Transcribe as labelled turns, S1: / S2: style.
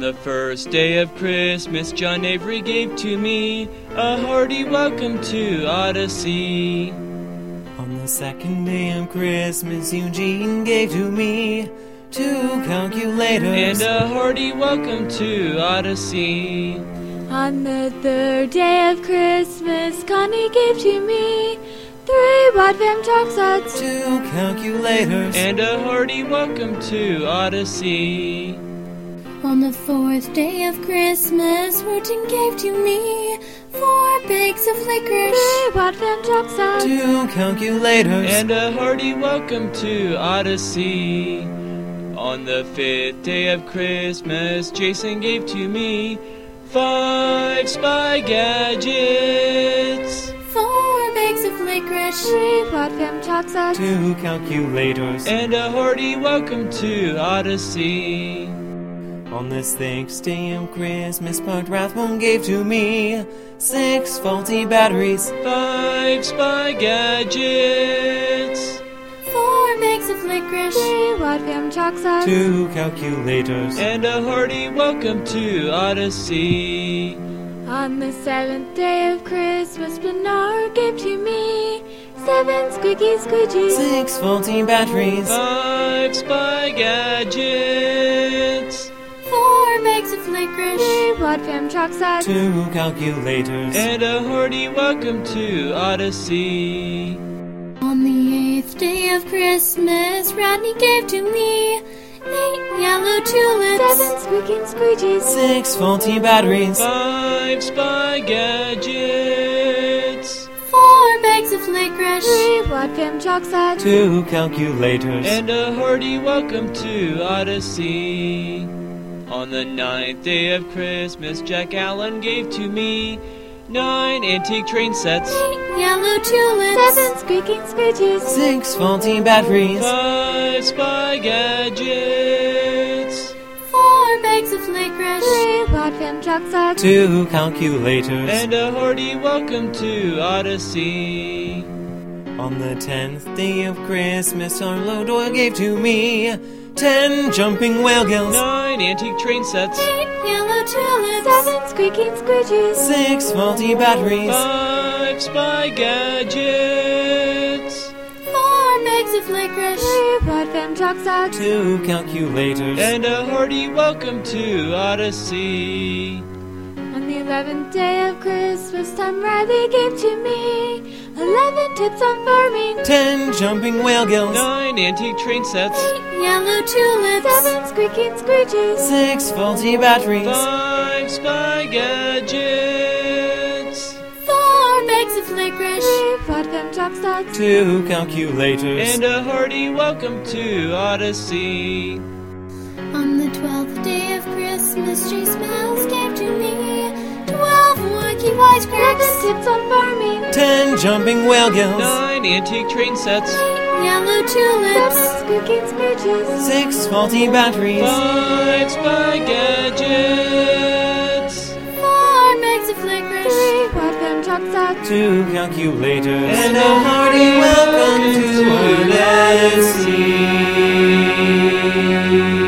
S1: the first day of Christmas, John Avery gave to me a hearty welcome to Odyssey. On the second day of Christmas, Eugene gave to me two calculators and uh, a hearty welcome to Odyssey.
S2: On the third day of Christmas, Connie gave to me three Wadfam chalk sets.
S1: Two calculators and a hearty welcome to Odyssey.
S2: On the fourth day of Christmas, Wooten gave to me four bags of licorice. Three Wadfam chalk sets.
S1: Two calculators and a hearty welcome to Odyssey. On the fifth day of Christmas, Jason gave to me five spy gadgets,
S2: Four bags of licorice. Three Wadfam chalk sets.
S1: two calculators, and a hearty welcome to Odyssey. On this sixth day of Christmas, Bart Rathbone gave to me six faulty batteries, five spy gadgets.
S2: Four bags of licorice. Three Wadfam chalk sets.
S1: Two calculators. And a hearty welcome to Odyssey.
S2: On the seventh day of Christmas, Bernard gave to me seven squeaky squidgies.
S1: Six faulty batteries. Five spy gadgets.
S2: Four bags of licorice. Three Wadfam chalk sets.
S1: Two calculators. And a hearty welcome to Odyssey.
S2: On the eighth day of Christmas, Rodney gave to me eight yellow tulips. Seven squeaking squeegees.
S1: Six faulty batteries. Five spy gadgets.
S2: Four bags of licorice. Three Wadfam chalk sets.
S1: Two calculators. And a hearty welcome to Odyssey. On the ninth day of Christmas, Jack Allen gave to me nine antique train sets,
S2: Eight yellow tulips. Seven squeaking squeegees.
S1: six faulty batteries, five spy gadgets,
S2: Four bags of licorice. Three Wadfam chalk sets.
S1: two calculators, and a hearty welcome to Odyssey. On the tenth day of Christmas, Arlo Doyle gave to me ten jumping whales, nine antique train sets,
S2: Eight yellow tulips. Seven squeaking squeegees.
S1: six faulty batteries, five spy gadgets.
S2: Four bags of licorice. Three Wadfam chalk sets.
S1: two calculators, and a hearty welcome to Odyssey.
S2: On the eleventh day of Christmas, Tom Riley gave to me eleven tips on farming.
S1: Ten jumping whale gills, nine antique train sets,
S2: Eight yellow tulips. Seven squeaking screeches.
S1: six faulty batteries, five spy gadgets,
S2: Four bags of licorice. Three vodka chop socks.
S1: two calculators, and a hearty welcome to Odyssey.
S2: On the twelfth day of Christmas, J. Smiles gave to me twelve wacky wisecracks. Seven tips on farming.
S1: Ten jumping whale gills, nine antique train sets,
S2: Eight yellow tulips. Seven squeaking screeches.
S1: six faulty batteries, five spy gadgets.
S2: Four bags of licorice. Three vodka chop socks.
S3: two calculators and a hearty welcome to Odyssey.